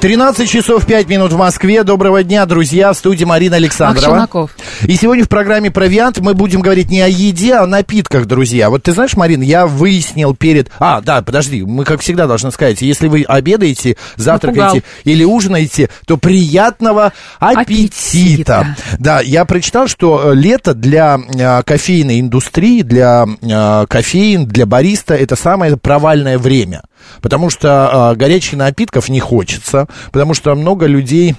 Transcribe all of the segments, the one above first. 13 часов 5 минут в Москве. Доброго дня, друзья, в студии Марина Александрова. Челноков. И сегодня в программе «Провиант» мы будем говорить не о еде, а о напитках, друзья. Вот ты знаешь, Марина, я выяснил перед... А, да, подожди, мы, как всегда, должны сказать, если вы обедаете, завтракаете Напугал. или ужинаете, то приятного аппетита. Аппетита. Да, я прочитал, что э, лето для э, кофейной индустрии, для э, кофеин, для бариста это самое провальное время. Потому что э, горячих напитков не хочется, потому что много людей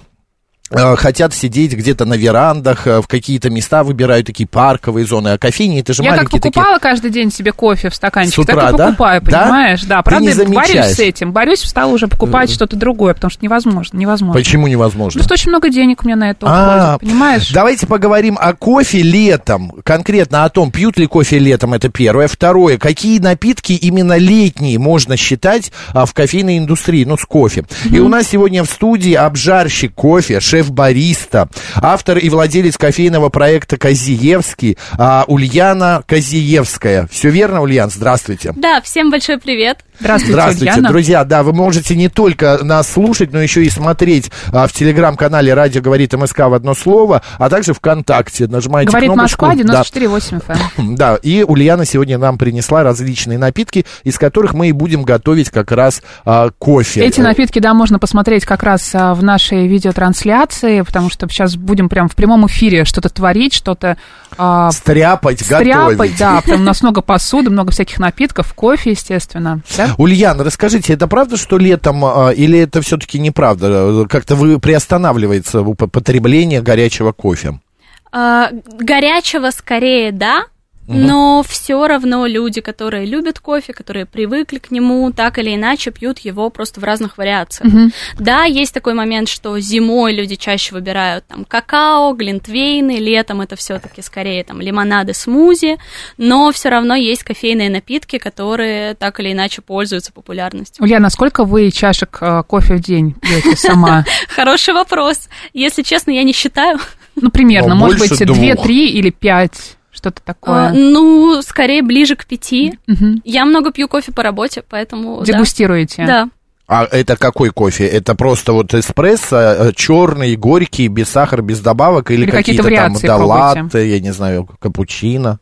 э, хотят сидеть где-то на верандах, э, в какие-то места выбирают такие парковые зоны, а кофейни это же Я как маленькие покупала каждый день себе кофе в стаканчике, С утра, так и да? покупаю, Да? понимаешь? Да, Ты правда, не борюсь замечаешь. с этим. Борюсь, встала уже покупать что-то другое, потому что невозможно, невозможно. такие. Почему невозможно? Потому что очень много денег у меня на это А, уходит, понимаешь? Давайте поговорим о кофе летом. Конкретно о том, пьют ли кофе летом, это первое. Второе, какие напитки именно летние можно считать а, в кофейной индустрии, ну, с кофе. И у нас сегодня в студии обжарщик кофе, шеф-бариста, автор и владелец кофейного проекта «Козиевский» а, Ульяна Козиевская. Все верно, Ульян? Здравствуйте. Да, всем большой привет. Здравствуйте, Здравствуйте, Ульяна. друзья. Да, вы можете не только нас слушать, но еще и смотреть а, в телеграм-канале Радио говорит МСК в одно слово, а также ВКонтакте. Нажимаете Говорит кнопочку. Москва, да. 94,8 FM. Да, и Ульяна сегодня нам принесла различные напитки, из которых мы и будем готовить как раз а, кофе. Эти напитки, да, можно посмотреть как раз а, в нашей видеотрансляции, потому что сейчас будем прям в прямом эфире что-то творить, что-то а, Стряпать, стряпать, готовить. да, потому что у нас много посуды, много всяких напитков, кофе, естественно. Да? Ульяна, расскажите, это правда, что летом, а, или это все-таки неправда? Как-то вы приостанавливается уп- потребление горячего кофе? А, горячего скорее да, но все равно люди, которые любят кофе, которые привыкли к нему, так или иначе пьют его просто в разных вариациях. Мгм. Да, есть такой момент, что зимой люди чаще выбирают там какао, глинтвейны, летом это все-таки скорее там лимонады, смузи, но все равно есть кофейные напитки, которые так или иначе пользуются популярностью. Ульяна, сколько вы чашек а, кофе в день пьете сама? Хороший вопрос. Если честно, я не считаю. Ну, примерно, Ну, может больше быть, двух. 2-3 или 5, что-то А, такое. ну, скорее ближе к пяти. Мгм. Я много пью кофе по работе, поэтому... да. Дегустируете. Да. А это какой кофе? Это просто вот эспрессо, черный, горький, без сахара, без добавок, или, Или какие-то какие-то там вариации да, пробуйте. латте, я не знаю, капучино.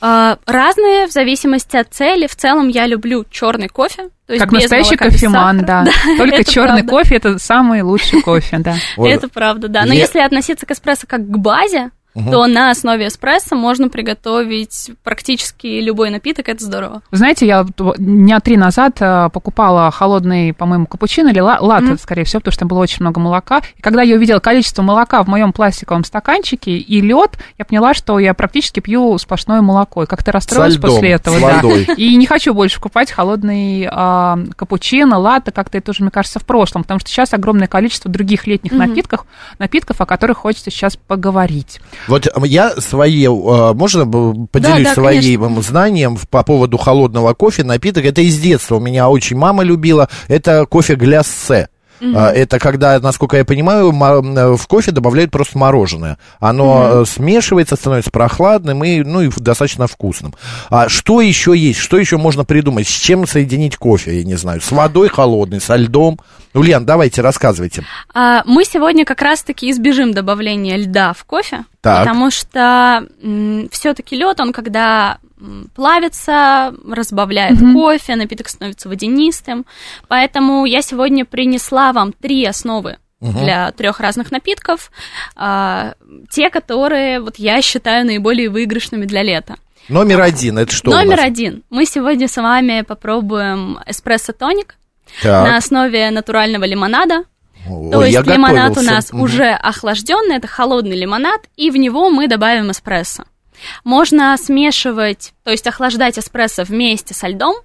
А, разные в зависимости от цели. В целом я люблю черный кофе. То есть Как без настоящий молока, без кофеман, сахара. да. Только это черный правда. кофе это самый лучший кофе, да. Вот. Это правда, да. Но Я- если относиться к эспрессо как к базе, Мгм. то на основе эспрессо можно приготовить практически любой напиток, это здорово. Знаете, я вот дня три назад э, покупала холодный, по-моему, капучино или ла- латте, Мгм. скорее всего, потому что там было очень много молока. И когда я увидела количество молока в моем пластиковом стаканчике и лед, я поняла, что я практически пью сплошное молоко. И как-то расстроилась льдом, после этого, с да. водой. И не хочу больше покупать холодный а, капучино, латте, как-то это уже, мне кажется, в прошлом, потому что сейчас огромное количество других летних Мгм. напитков, напитков, о которых хочется сейчас поговорить. Вот я свои, э, можно б- поделюсь да, своим знанием в- по поводу холодного кофе, напиток, это из детства, у меня очень мама любила, это кофе гляссе. А, Это когда, насколько я понимаю, мо- м, э, в кофе добавляют просто мороженое. Оно э, смешивается, становится прохладным и, ну, и в- достаточно вкусным. А что еще есть? Что еще можно придумать? С чем соединить кофе? Я не знаю. С водой холодной, со льдом. Ульян, давайте, рассказывайте. А, мы сегодня как раз-таки избежим добавления льда в кофе, Так. потому что все-таки лед, он когда м, плавится, разбавляет Мгм. кофе, напиток становится водянистым. Поэтому я сегодня принесла вам три основы Мгм. для трех разных напитков, а, те, которые вот я считаю наиболее выигрышными для лета. Номер один, это что у Номер нас? один. Мы сегодня с вами попробуем эспрессо-тоник на Так. основе натурального лимонада. Ой, То я есть лимонад у готовился. нас Мгм. уже охлажденный, это холодный лимонад, и в него мы добавим эспрессо. Можно смешивать, то есть охлаждать эспрессо вместе со льдом,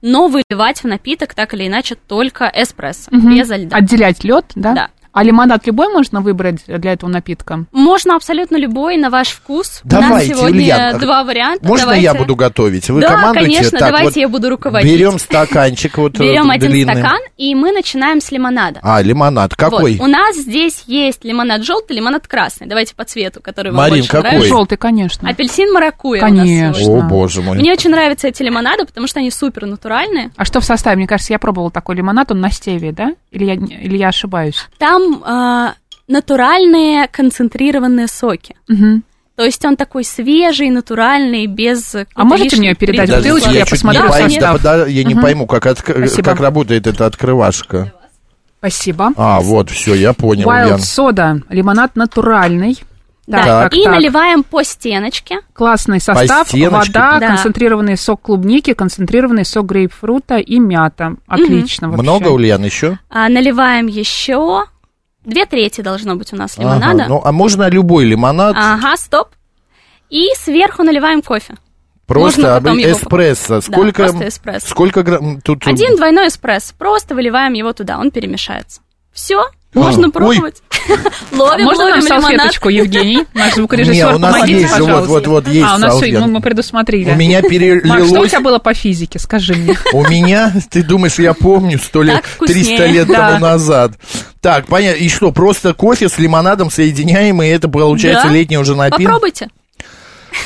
но выливать в напиток так или иначе только эспрессо, Мгм. А без льда. Отделять лед, да? Да. А лимонад любой можно выбрать для этого напитка? Можно абсолютно любой на ваш вкус. У нас Давайте, сегодня Ульяна, два варианта. Можно Давайте. я буду готовить? Вы да, командуете? конечно, Так, давайте вот я буду руководить. Берем стаканчик вот Берем э, один длинный. стакан, и мы начинаем с лимонада. А, лимонад. Какой? Вот, У нас здесь есть лимонад желтый, лимонад красный. Давайте по цвету, который вам Марин, больше какой? нравится. Э, Желтый, конечно. Апельсин маракуйя у нас Конечно. сегодня. О, Вкусно. боже мой. Мне очень нравятся эти лимонады, потому что они супер натуральные. А что в составе? Мне кажется, я пробовала такой лимонад, он на стеве, да? Или я, не- или я ошибаюсь? Там а, натуральные концентрированные соки. Мгм. То есть он такой свежий, натуральный, без... А можете мне передать Подождите, бутылочку? я чуть не посмотрю пойму, состав. да, пода- я не Мгм. пойму, как, отк- Спасибо. как работает эта открывашка. Спасибо. А, вот, все, я понял, Wild Ян. сода. Лимонад натуральный. Да, Так, и так. наливаем по стеночке. Классный состав. стеночке. Вода, Да. концентрированный сок клубники, концентрированный сок грейпфрута и мята. Отлично вообще. Много, Ульян, еще? А, наливаем еще... Две трети должно быть у нас лимонада. Ага, ну, а можно любой лимонад, А, Ага, стоп. И сверху наливаем кофе. просто можно об- потом его эспрессо. Да, Сколько, просто эспрессо. сколько грамм тут? Один двойной эспрессо. Просто выливаем его туда, он перемешается. Все, можно ой. пробовать. Ловим, А, Можно нам ловим А лимонад. салфеточку, Евгений? Наш Не, звукорежиссер, у нас помогите, есть же, вот, пожалуйста. вот, вот, есть а, у нас салфетка. сегодня мы предусмотрели. У меня Макс, что у перелилось. тебя было по физике? Скажи мне. У меня, ты думаешь, я помню сто лет, Так вкуснее. 300 лет Да. тому назад. Так, понятно. И что, просто кофе с лимонадом соединяем, и это получается Да. летний уже напиток? Попробуйте.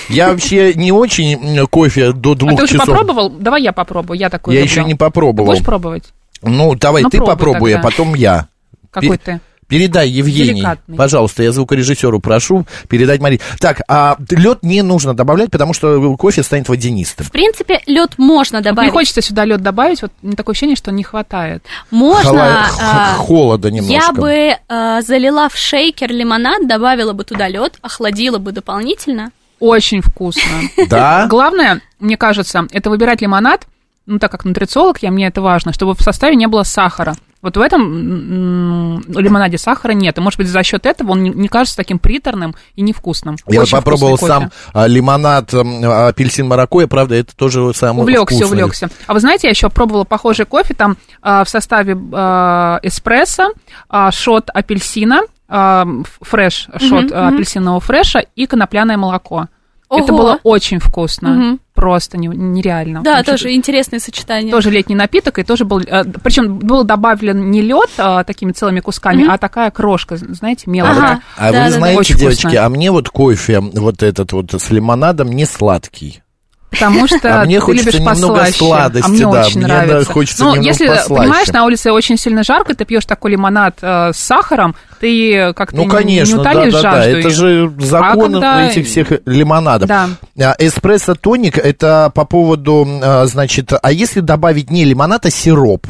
Я вообще не очень м, кофе до А двух ты уже часов. попробовал? Давай я попробую. Я такой Я люблю. еще не Ты попробовал. будешь пробовать? Ну, давай Ну, ты пробуй попробуй, а тогда. потом я. Какой Пе- ты? Передай, Евгений, Деликатный. пожалуйста, я звукорежиссеру прошу передать Мари. Так, а лед не нужно добавлять, потому что кофе станет водянистым. В принципе, лед можно Не добавить. хочется сюда лед добавить, вот мне такое ощущение, что не хватает. Можно. Холо- а, х- холода немножко. Я бы а, залила в шейкер лимонад, добавила бы туда лед, охладила бы дополнительно. Очень вкусно. Да? Главное, мне кажется, это выбирать лимонад, ну, так как нутрициолог, я, мне это важно, чтобы в составе не было сахара. Вот в этом м, м, лимонаде сахара нет. И, может быть, за счет этого он не, не кажется таким приторным и невкусным. Я Очень попробовал вкусный кофе. сам а, лимонад, м, а, апельсин маракуйя, правда, это тоже самое Увлекся, вкусное. увлекся. А вы знаете, я еще пробовала похожий кофе, там а, в составе а, эспрессо, а, шот апельсина, а, ф- фреш, шот а, мгм. апельсинового фреша и конопляное молоко. Это Ого. было очень вкусно, Мгм. просто не- нереально. Да, Очень тоже интересное сочетание. тоже летний напиток, и тоже был... причем был добавлен не лед а, такими целыми кусками, Мгм. а такая крошка, знаете, А, мелкая. Ага, вот- а вы да-да-да. знаете, Очень девочки, вкусно. а мне вот кофе вот этот вот с лимонадом не сладкий. Потому что А мне ты хочется любишь немного послаще. сладости, а мне да, очень мне, да, нравится. хочется ну, немного если, послаще. понимаешь, на улице очень сильно жарко, ты пьешь такой лимонад э, с сахаром, ты как-то Ну, не- конечно, не да, утолишь да, да. жажду. Это и- же закон когда- этих всех лимонадов. Да. А, Эспрессо тоник это по поводу, а, значит, а если добавить не лимонад, а сироп?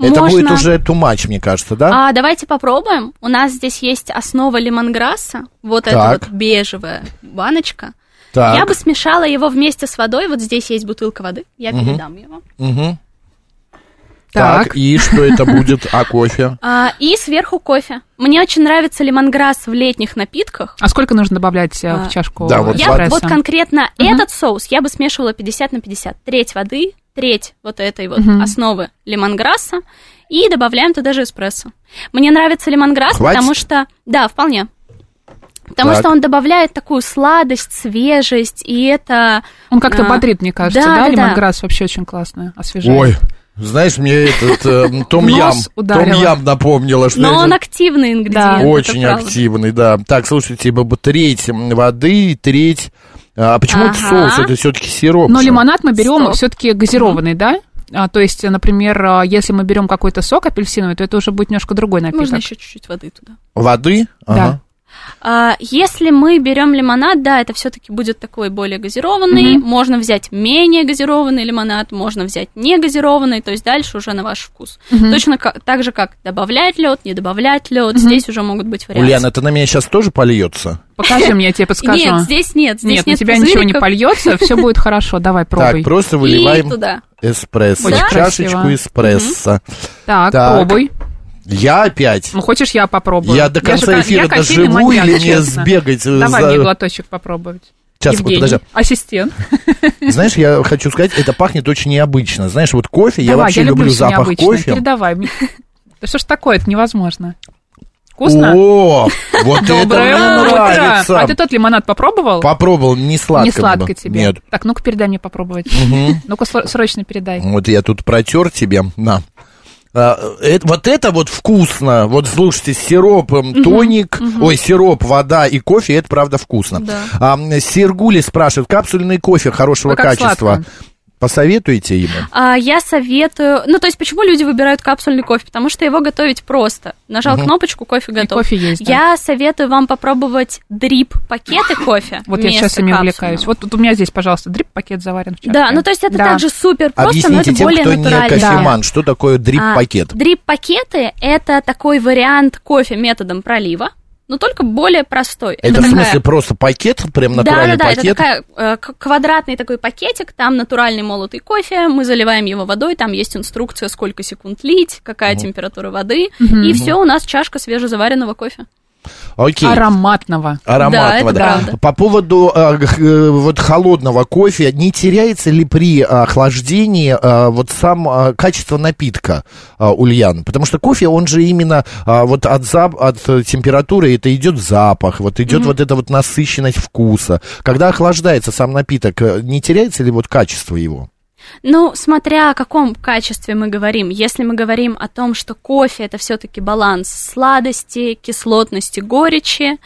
Это Можно. будет уже too much, мне кажется, да? А давайте попробуем. У нас здесь есть основа лимонграсса, вот Так. эта вот бежевая баночка. так. А, Я бы смешала его вместе с водой. Вот здесь есть бутылка воды. Я передам ее вам. Мгм. Так. так, и что это будет? А кофе? А, и сверху кофе. Мне очень нравится лимонграсс в летних напитках. А сколько нужно добавлять э, А, в чашку да, вот Я эспрессо? вот конкретно Мгм. этот соус я бы смешивала 50 на 50. Треть воды, треть вот этой вот Мгм. основы лимонграсса. И добавляем туда же эспрессо. Мне нравится лимонграсс, Хватит? потому что... Да, вполне. Потому Так. что он добавляет такую сладость, свежесть, и это... Он как-то А, бодрит, мне кажется, да, да? да, да. Лимонграсс вообще очень классно освежает. Ой, знаешь, мне этот э, Том В Ям, нос Том ударило. Ям напомнила, что Но это он активный ингредиент. это очень правда. активный, да. Так, слушайте, б- б- треть м, воды, треть. А почему это Ага. соус? Это все-таки сироп. Но же. лимонад мы берем Стоп. все-таки газированный, да? А, то есть, например, а, если мы берем какой-то сок апельсиновый, то это уже будет немножко другой напиток. Можно еще чуть-чуть воды туда. Воды? Ага. А, Если мы берем лимонад, да, это все-таки будет такой более газированный. Мгм. Можно взять менее газированный лимонад, можно взять не газированный, то есть дальше уже на ваш вкус. Мгм. Точно ка- так же, как добавлять лед, не добавлять лед, Мгм. здесь уже могут быть вариации. Ульяна, это на меня сейчас тоже польется? Покажи мне, я тебе подскажу. Нет, здесь нет, здесь Нет, нет на тебя ничего не пузыриков. польется, все будет хорошо. Давай, Так, пробуй. просто И выливаем туда. эспрессо. Очень Чашечку красиво. эспрессо. Так, так. пробуй. Я опять. Ну, хочешь, я попробую? Я до же конца ко- эфира я кофейный доживу маньяк, или мне честно. сбегать э, Давай за- мне глоточек попробовать. Сейчас, Евгений, подожди. ассистент. Знаешь, я хочу сказать, это пахнет очень необычно. Знаешь, вот кофе, я Давай, вообще люблю всё запах необычное. кофе. Передавай. Да что ж такое, это невозможно. Вкусно? О, вот это Доброе мне утро! нравится. А ты тот лимонад попробовал? Попробовал, не сладко. Не было. сладко тебе. Нет. Так, ну-ка передай мне попробовать. Ну-ка сло- срочно передай. Вот я тут протер тебе, на. А, э, вот это вот вкусно. Вот слушайте, с сиропом тоник, ой, сироп, вода и кофе, это правда вкусно. Да. А, м, Сергули спрашивает, капсульный кофе хорошего Вы как качества. сладко? Посоветуете ему? А, я советую... Ну, то есть, почему люди выбирают капсульный кофе? Потому что его готовить просто. Нажал кнопочку, кофе И готов. кофе есть, да? Я советую вам попробовать дрип-пакеты кофе. Вот я вместо сейчас ими капсульного. увлекаюсь. Вот тут у меня здесь, пожалуйста, дрип-пакет заварен в чашке. Да, ну то есть это Да. также супер просто, но это Объясните тем, более кто не натурально. кофеман, что такое дрип-пакет. А, дрип-пакеты – это такой вариант кофе методом пролива, но только более простой. это в такая- смысле просто пакет, прям натуральный Да-да-да, это пакет? такая, э, к- квадратный такой пакетик, там натуральный молотый кофе, мы заливаем его водой, там есть инструкция, сколько секунд лить, какая температура воды, и все, у нас чашка свежезаваренного кофе. Окей. Ароматного. Да, Аромат это вода. правда. По поводу э, г- э, вот холодного кофе, не теряется ли при охлаждении э, вот сам э, качество напитка, э, Ульян? Потому что кофе, он же именно э, вот от, зап- от э, температуры, это идет запах, вот идет вот эта вот насыщенность вкуса. Когда охлаждается сам напиток, э, не теряется ли вот качество его? Ну, смотря о каком качестве мы говорим. Если мы говорим о том, что кофе это все-таки баланс сладости, кислотности, горечи,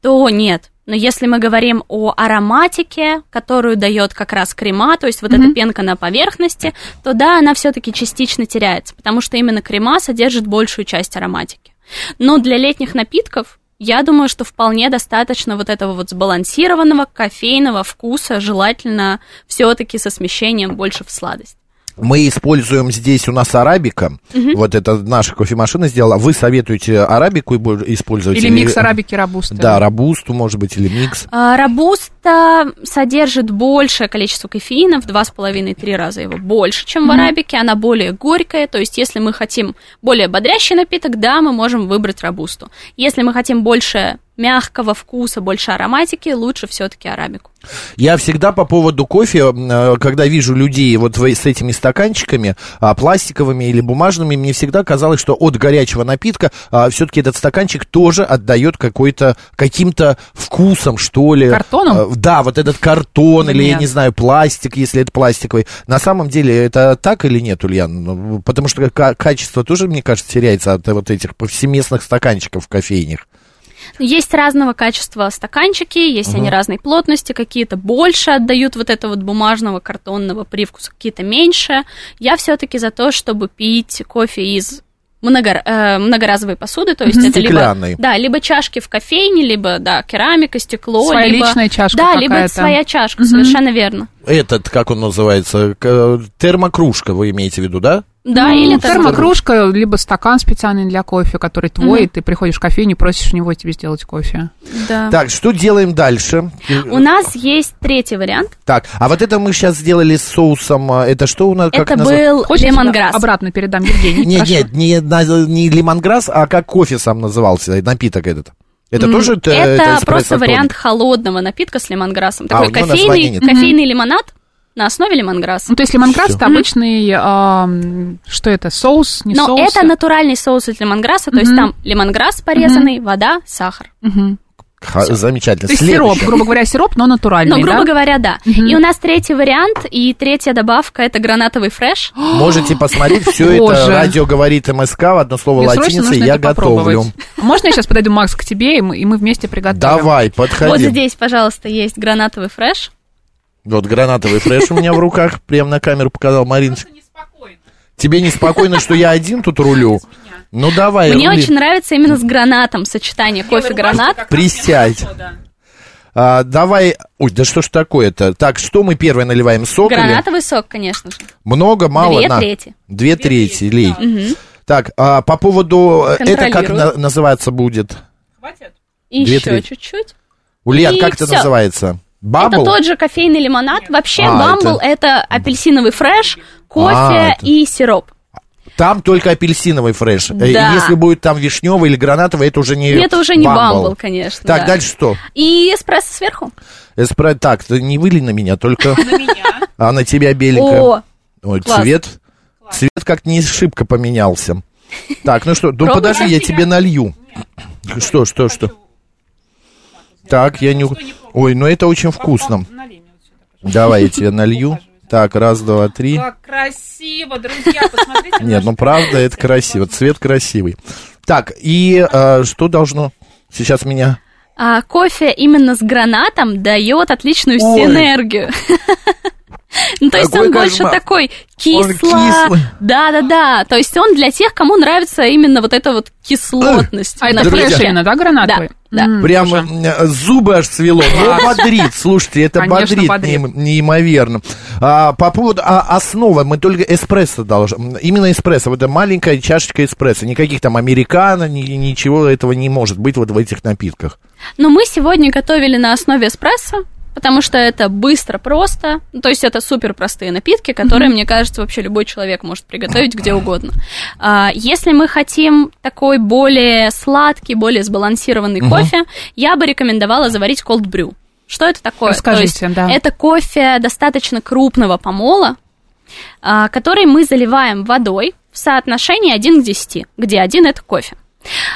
то нет. Но если мы говорим о ароматике, которую дает как раз крема, то есть вот эта пенка на поверхности, то да, она все-таки частично теряется, потому что именно крема содержит большую часть ароматики. Но для летних напитков я думаю, что вполне достаточно вот этого вот сбалансированного кофейного вкуса, желательно все-таки со смещением больше в сладость. Мы используем здесь у нас арабика. Вот это наша кофемашина сделала. Вы советуете арабику и бо- использовать? Или микс арабики и робусты. Да, рабусту, может быть, или микс. А, Робуста содержит большее количество кофеина, в 2,5-3 раза его больше, чем в арабике, она более горькая, то есть если мы хотим более бодрящий напиток, да, мы можем выбрать робусту. Если мы хотим больше мягкого вкуса, больше ароматики, лучше все-таки арабику. Я всегда по поводу кофе, э, когда вижу людей вот в- с этими стаканчиками, а, пластиковыми или бумажными, мне всегда казалось, что от горячего напитка все-таки этот стаканчик тоже отдает какой-то каким-то вкусом, что ли. Картоном? Э, Да, вот этот картон или, я Нет. не знаю, пластик, если это пластиковый. На самом деле это так или нет, Ульян? Ну, Потому что ка- качество тоже, мне кажется, теряется от вот этих повсеместных стаканчиков в кофейнях. Есть разного качества стаканчики, есть они разной плотности, какие-то больше отдают вот этого вот бумажного, картонного привкуса, какие-то меньше. Я все-таки за то, чтобы пить кофе из много, э, многоразовой посуды, то есть это либо, Стеклянной. да, либо чашки в кофейне, либо да, керамика, стекло, Своя либо, личная чашка да, либо это какая-то. Ну, своя чашка, совершенно верно. Этот, как он называется, к- э, термокружка вы имеете в виду, да? Да, Ну, или там- термокружка, либо стакан специальный для кофе, который твой, и ты приходишь в кофейню, просишь у него тебе сделать кофе. да. Так, что делаем дальше? У нас есть третий вариант. Так, а вот это мы сейчас сделали с соусом. а, Это что у нас? это называется? был Хочешь, я лемонграсс. обратно передам Евгений? Нет, нет, не, на- не лимонграсс, а как кофе сам назывался, э, напиток этот. Это М, тоже т- это эспрессо просто тоник? вариант холодного напитка с лимонграссом. А, Такой у него названия кофейный, нет. кофейный лимонад на основе лимонграсса. Ну, то есть лимонграсс Всё. это обычный, а, м, что это, соус, не Но соус? это натуральный соус из лимонграсса, то есть Мгм. там лимонграсс порезанный, вода, сахар. Мгм. Ха- замечательно. То есть сироп, Следующее. грубо говоря, сироп, но натуральный, Ну, грубо А да? говоря, да. Мгм. И у нас третий вариант, и третья добавка это гранатовый фреш. Можете посмотреть, все это Боже. радио говорит МСК, в одно слово Мне срочно латиница, нужно я это попробовать. А готовлю. Можно я сейчас подойду, Макс, к тебе, и мы, и мы вместе приготовим? Давай, подходи. Вот здесь, пожалуйста, есть гранатовый фреш. Вот гранатовый фреш у меня в руках, прям на камеру показал Мариночка. Тебе неспокойно, что я один тут рулю? Ну давай, Мне рули. очень нравится именно с гранатом сочетание кофе-гранат. Присядь. А, давай. Ой, да что ж такое-то? Так, что мы первое наливаем? Сок или- Гранатовый сок, конечно же. Много, мало? Две на. трети. Две трети, лей. Так, а по поводу... э, Это как Контролирую. на- называться будет? И Две еще трети. чуть-чуть. Ульян, И как это всё. называется? Бабл? Это тот же кофейный лимонад. Вообще, А, бамбл это... апельсиновый фреш, кофе А, это- и сироп. Там только апельсиновый фреш. Э, Да. Если будет там вишневый или гранатовый, это уже не это уже не бамбл. бамбл, конечно. Так, да. дальше что? И эспрессо сверху. Эспре- Так, ты не выли на меня, только... А на тебя беленькая. О, Ой, Класс. цвет. Цвет как не шибко поменялся. Так, ну что, ну Пробуй. подожди, я тебе налью. Что, что, что? Так, я не... у- Ой, ну это очень вкусно. Давай я тебе налью. Так, раз, два, три. Как красиво, друзья, посмотрите. Нет, ну правда, это красиво. Цвет красивый. Так, и э, что должно сейчас меня... А кофе именно с гранатом дает отличную Ой. синергию. Ну, то есть Какой он больше кошмар. такой кислый. кисло. Да-да-да. То есть он для тех, кому нравится именно вот эта вот кислотность. А это Друзья. фреш именно, да, гранатовый? Да, да. М, Прям слушай, э, зубы аж свело. Ну, бодрит, слушайте, это Конечно, бодрит, бодрит. неим- неимоверно. А, по поводу а, основы, мы только эспрессо должны. Именно эспрессо, вот эта маленькая чашечка эспрессо. Никаких там американо, ни- ничего этого не может быть вот в этих напитках. Но мы сегодня готовили на основе эспрессо, потому что это быстро, просто. Ну, То есть это супер простые напитки, которые, мне кажется, вообще любой человек может приготовить где угодно. А, если мы хотим такой более сладкий, более сбалансированный кофе, я бы рекомендовала заварить cold brew. Что это такое? Расскажите, То есть да. Это кофе достаточно крупного помола, а, который мы заливаем водой в соотношении 1 к 10, где 1 это кофе.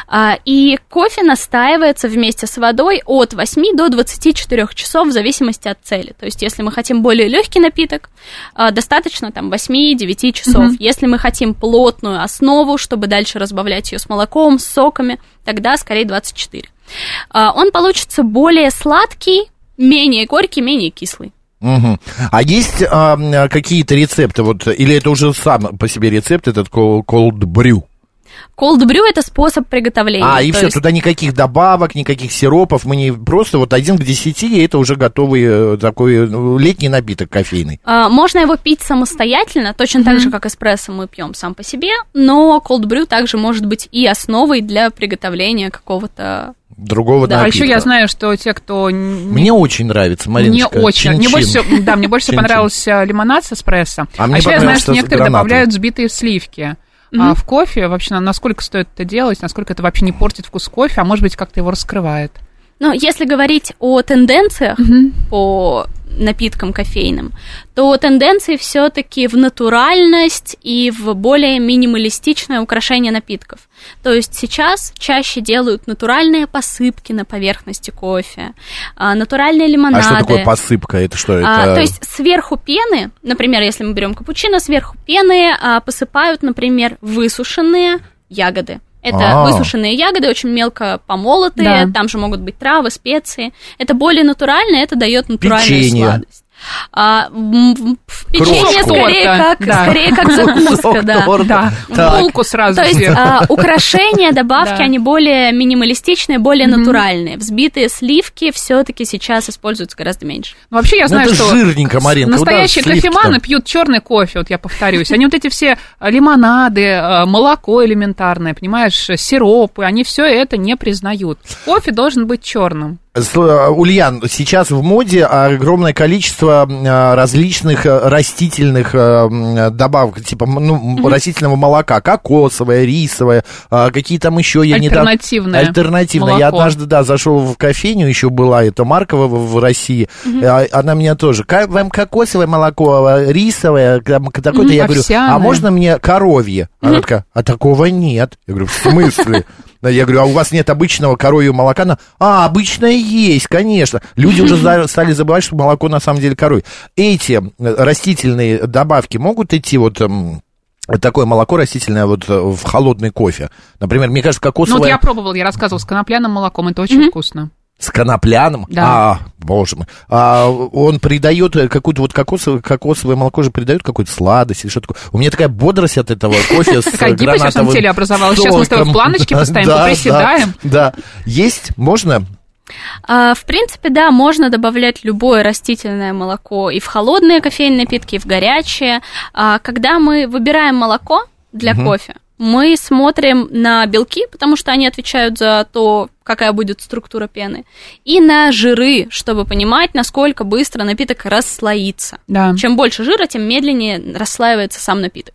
А, И кофе настаивается вместе с водой от 8 до 24 часов в зависимости от цели. То есть, если мы хотим более легкий напиток, а, достаточно там 8-9 часов. Мгм. Если мы хотим плотную основу, чтобы дальше разбавлять ее с молоком, с соками, тогда скорее 24. А, Он получится более сладкий, менее горький, менее кислый. Мгм. А есть а, м, какие-то рецепты? Вот, или это уже сам по себе рецепт, этот кол- cold brew? Cold brew это способ Э, приготовления. А, и То все, есть- туда никаких добавок, никаких сиропов. Мы не просто вот один к десяти, и это уже готовый э, такой ну, летний напиток кофейный. А, Можно его пить самостоятельно, точно так же, как эспрессо мы пьем сам по себе, но cold brew также может быть и основой для приготовления какого-то... Другого Да, А напитка. еще я знаю, что те, кто... н- Мне очень нравится, Мне Мариночка. очень. Мне Чин-чин. больше, всего- да, мне больше всего Чин-чин. понравился лимонад с эспрессо. А А, мне еще я знаю, понравился что некоторые гранатовый. добавляют взбитые сливки. а, в кофе вообще на- насколько стоит это делать, насколько это вообще не портит вкус кофе, а может быть как-то его раскрывает. Ну, если говорить о тенденциях по напиткам кофейным, то тенденции все-таки в натуральность и в более минималистичное украшение напитков. То есть сейчас чаще делают натуральные посыпки на поверхности кофе, а, натуральные А лимонады. что такое посыпка? Это что? А, это... то есть сверху пены, например, если мы берем капучино, сверху пены а, посыпают, например, высушенные ягоды. Это А. высушенные ягоды, очень мелко помолотые, Да. там же могут быть травы, специи. Это более натурально, это дает натуральную Печенье. сладость. А, м, м, пф, печенье Крошку. скорее Торта, как, да. скорее как закуска, Кусок да. торта. Да, Так. булку сразу То есть же. а, украшения, добавки, Да. они более минималистичные, более натуральные. Взбитые сливки все-таки сейчас используются гораздо меньше. Ну, Вообще я Ну, знаю, это что жирненько, Маринка, куда настоящие сливки-то? кофеманы пьют черный кофе, вот я повторюсь. Они вот эти все э, лимонады, э, молоко элементарное, понимаешь, э, сиропы, они все это не признают. Кофе должен быть черным. С- э, Ульян, сейчас в моде огромное количество м, э, различных э, растительных э, м, э, добавок, типа м, ну, м, растительного молока, кокосовое, рисовое, а, какие там еще я не недавно... Альтернативное Альтернативное. Я молоко. однажды, да, зашел в кофейню, еще была эта Маркова в в России, а, она меня тоже, «Ка- вам кокосовое молоко, а, рисовое, там, к- такое-то, Мгм, я говорю, а овсяное. можно мне коровье? Она такая, а такого нет. Я говорю, в смысле? Да, Я говорю, а у вас нет обычного коровьего молока? Она, а, обычное есть, конечно. Люди уже за- стали забывать, что молоко на самом деле коровье. Эти э, растительные добавки могут идти вот... эм, вот такое молоко растительное вот э, в холодный кофе. Например, мне кажется, Ну, вот кокосовое... я пробовала, я рассказывала, с конопляным молоком, это очень вкусно. С конопляным? Да. А, боже мой. А он придает э, какую-то вот кокосовое, кокосовое молоко же придает какую-то сладость или что такое. У меня такая бодрость от этого кофе с Такая гибкость во всем гранатовым теле образовалась. Сейчас мы с тобой в соком. планочке постоим, Да, да, поприседаем. Да. Есть? Можно? А, В принципе, да, можно добавлять любое растительное молоко и в холодные кофейные напитки, и в горячие. А, Когда мы выбираем молоко для кофе, мы смотрим на белки, потому что они отвечают за то, какая будет структура пены, и на жиры, чтобы понимать, насколько быстро напиток расслоится. Да. Чем больше жира, тем медленнее расслаивается сам напиток.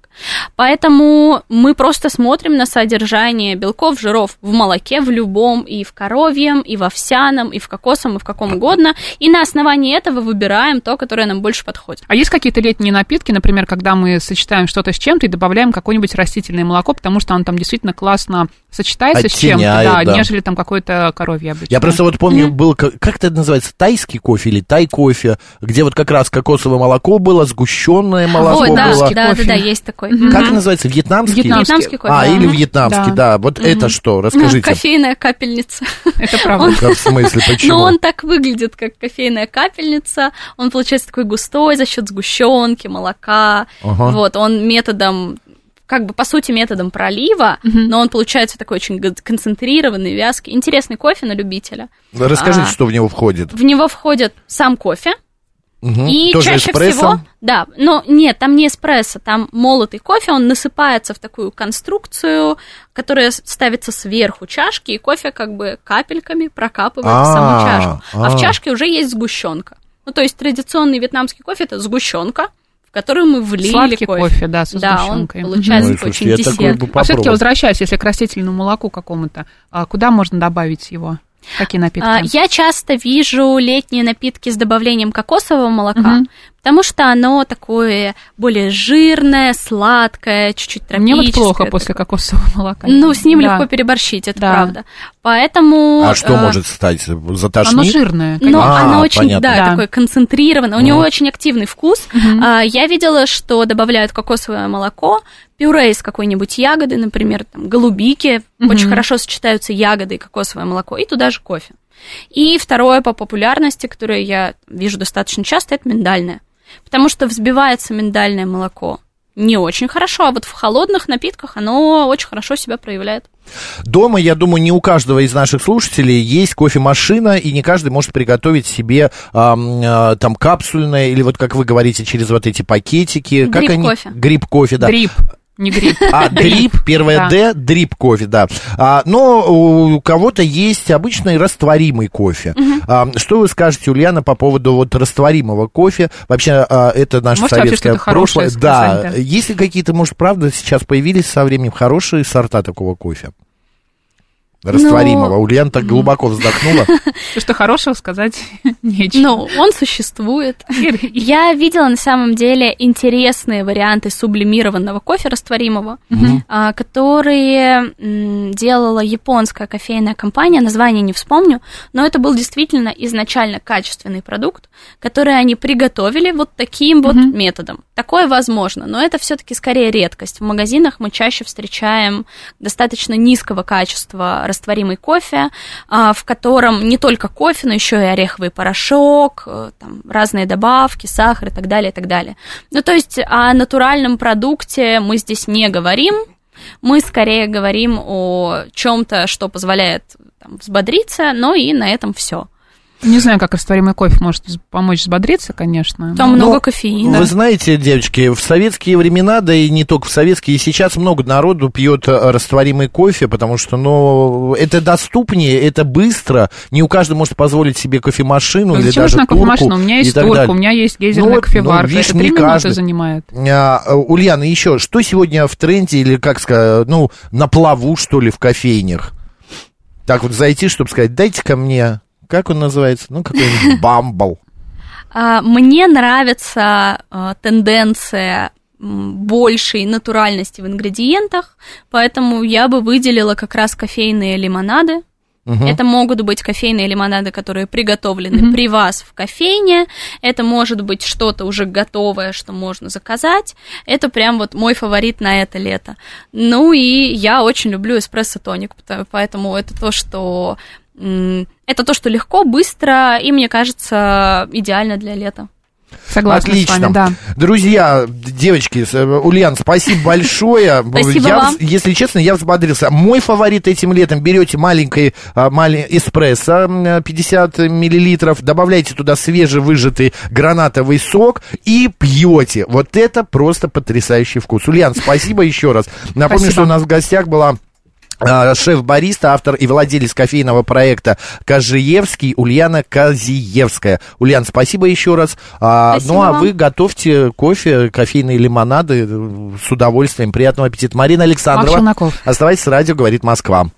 Поэтому мы просто смотрим на содержание белков, жиров в молоке, в любом, и в коровьем, и в овсяном, и в кокосом, и в каком угодно. И на основании этого выбираем то, которое нам больше подходит. А есть какие-то летние напитки, например, когда мы сочетаем что-то с чем-то и добавляем какое-нибудь растительное молоко, потому что оно там действительно классно сочетается с чем-то, Оттеняет, да, да. нежели там какой-то коровье обычно. Я просто вот помню, Мгм. был, ка- как это называется, тайский кофе или тай-кофе, где вот как раз кокосовое молоко было, сгущенное молоко Ой, да, было. Вьетнамский да, да, кофе. да, есть такой. Мгм. Как называется? Вьетнамский? Вьетнам- Вьетнамский кофе. А, да. или вьетнамский, да. Да. Вот это что? Расскажите. Кофейная капельница. Это правда. А Как, В смысле, Ну, почему? Но он так выглядит, как кофейная капельница. Он получается такой густой за счет сгущенки, молока. Ага. Вот, он методом как бы, по сути, методом пролива, Мгм. но он получается такой очень г- концентрированный, вязкий. Интересный кофе на любителя. Расскажите, а. что в него входит. В него входит сам кофе, Мгм. и Тоже чаще эспрессо? всего, да, но нет, там не эспрессо, там молотый кофе, он насыпается в такую конструкцию, которая с- ставится сверху чашки, и кофе как бы капельками прокапывает в саму А, чашку. А а. в чашке уже есть сгущенка. Ну, то есть традиционный вьетнамский кофе это сгущенка, в которую мы влили Сладкий кофе. кофе, да, со Да, он сгущенкой. Мгм. получается Ой, такой слушай, очень Ну, я десерт. такое бы А все-таки попробовал. возвращаясь, если к растительному молоку какому-то, а куда можно добавить его? Какие напитки? А, Я часто вижу летние напитки с добавлением кокосового молока, Мгм. потому что оно такое более жирное, сладкое, чуть-чуть Мне тропическое. вот плохо после такое. кокосового молока. Ну, с ним Да. легко переборщить, это Да. правда. Поэтому... А что э, может стать? Оно Затошнит? жирное. Ну, А, оно очень, понятно. Ну. да, Да. такое концентрированное. У него Мгм. очень активный вкус. Мгм. А, Я видела, что добавляют кокосовое молоко, пюре из какой-нибудь ягоды, например, там, голубики. Мгм. Очень хорошо сочетаются ягоды и кокосовое молоко, и туда же кофе. И второе по популярности, которое я вижу достаточно часто, это миндальное. Потому что взбивается миндальное молоко не очень хорошо, а вот в холодных напитках оно очень хорошо себя проявляет. Дома, я думаю, не у каждого из наших слушателей есть кофемашина, и не каждый может приготовить себе ам, э, там капсульное, или вот как вы говорите, через вот эти пакетики. как они? Гриб-кофе. Гриб-кофе, да. Гриб, не гриб. А, дрип, первое Да. Д, дрип кофе, да. А, но у кого-то есть обычный растворимый кофе. А, что вы скажете, Ульяна, по поводу вот растворимого кофе? Вообще, а, это наше Может, вообще советское что-то прошлое. хорошее да. сказать, да. Есть ли какие-то, может, правда, сейчас появились со временем хорошие сорта такого кофе? Ну, Растворимого. Ульяна так глубоко вздохнула. Что хорошего сказать нечего. Но Ну, он существует. Я видела на самом деле интересные варианты сублимированного кофе растворимого, а, которые м, делала японская кофейная компания, название не вспомню, но это был действительно изначально качественный продукт, который они приготовили вот таким вот Мгм. методом. Такое возможно, но это все-таки скорее редкость. В магазинах мы чаще встречаем достаточно низкого качества растворимый кофе, а, в котором не только кофе, но еще и ореховый порошок, э, там, разные добавки, сахар и так далее, и так далее. Ну, то есть о натуральном продукте мы здесь не говорим, мы скорее говорим о чем-то, что позволяет там, взбодриться, но и на этом все. Не знаю, как растворимый кофе может вз- помочь взбодриться, конечно. Там но- много Ну, кофеина. Вы знаете, девочки, в советские времена, да и не только в советские, и сейчас много народу пьет э, растворимый кофе, потому что, ну, это доступнее, это быстро. Не у каждого может позволить себе кофемашину Ну, или зачем даже нужна турку кофемашина? У меня и есть так турка, далее. у меня есть Ну гейзельная вот, ну, кофеварка. видишь, Это не три минуты каждый. занимает. А, э, Ульяна, еще, что сегодня в тренде или, как сказать, ну, на плаву, что ли, в кофейнях? Так вот зайти, чтобы сказать, дайте ко мне, как он называется? Ну, какой-нибудь бамбл. А, Мне нравится а, тенденция м, большей натуральности в ингредиентах, поэтому я бы выделила как раз кофейные лимонады. Мгм. Это могут быть кофейные лимонады, которые приготовлены Мгм. при вас в кофейне. Это может быть что-то уже готовое, что можно заказать. Это прям вот мой фаворит на это лето. Ну и я очень люблю эспрессо-тоник, пото- поэтому это то, что... м, Это то, что легко, быстро и, мне кажется, идеально для лета. Согласна с Отлично. вами, да. Друзья, девочки, с- э, Ульян, спасибо большое. Спасибо я, вам. вз- Если честно, я взбодрился. Мой фаворит этим летом. Берете маленький а, мали- эспрессо м, э, 50 миллилитров, добавляете туда свежевыжатый гранатовый сок и пьете. Вот это просто потрясающий вкус. Ульян, спасибо еще раз. Напомню, Спасибо. что у нас в гостях была а, Шеф-бариста, автор и владелец кофейного проекта Кожиевский Ульяна Казиевская. Ульян, спасибо еще раз. А, Спасибо ну а вам. вы готовьте кофе, кофейные лимонады э, с удовольствием. Приятного аппетита. Марина Мак Александрова. Челноков. Оставайтесь с радио, говорит Москва.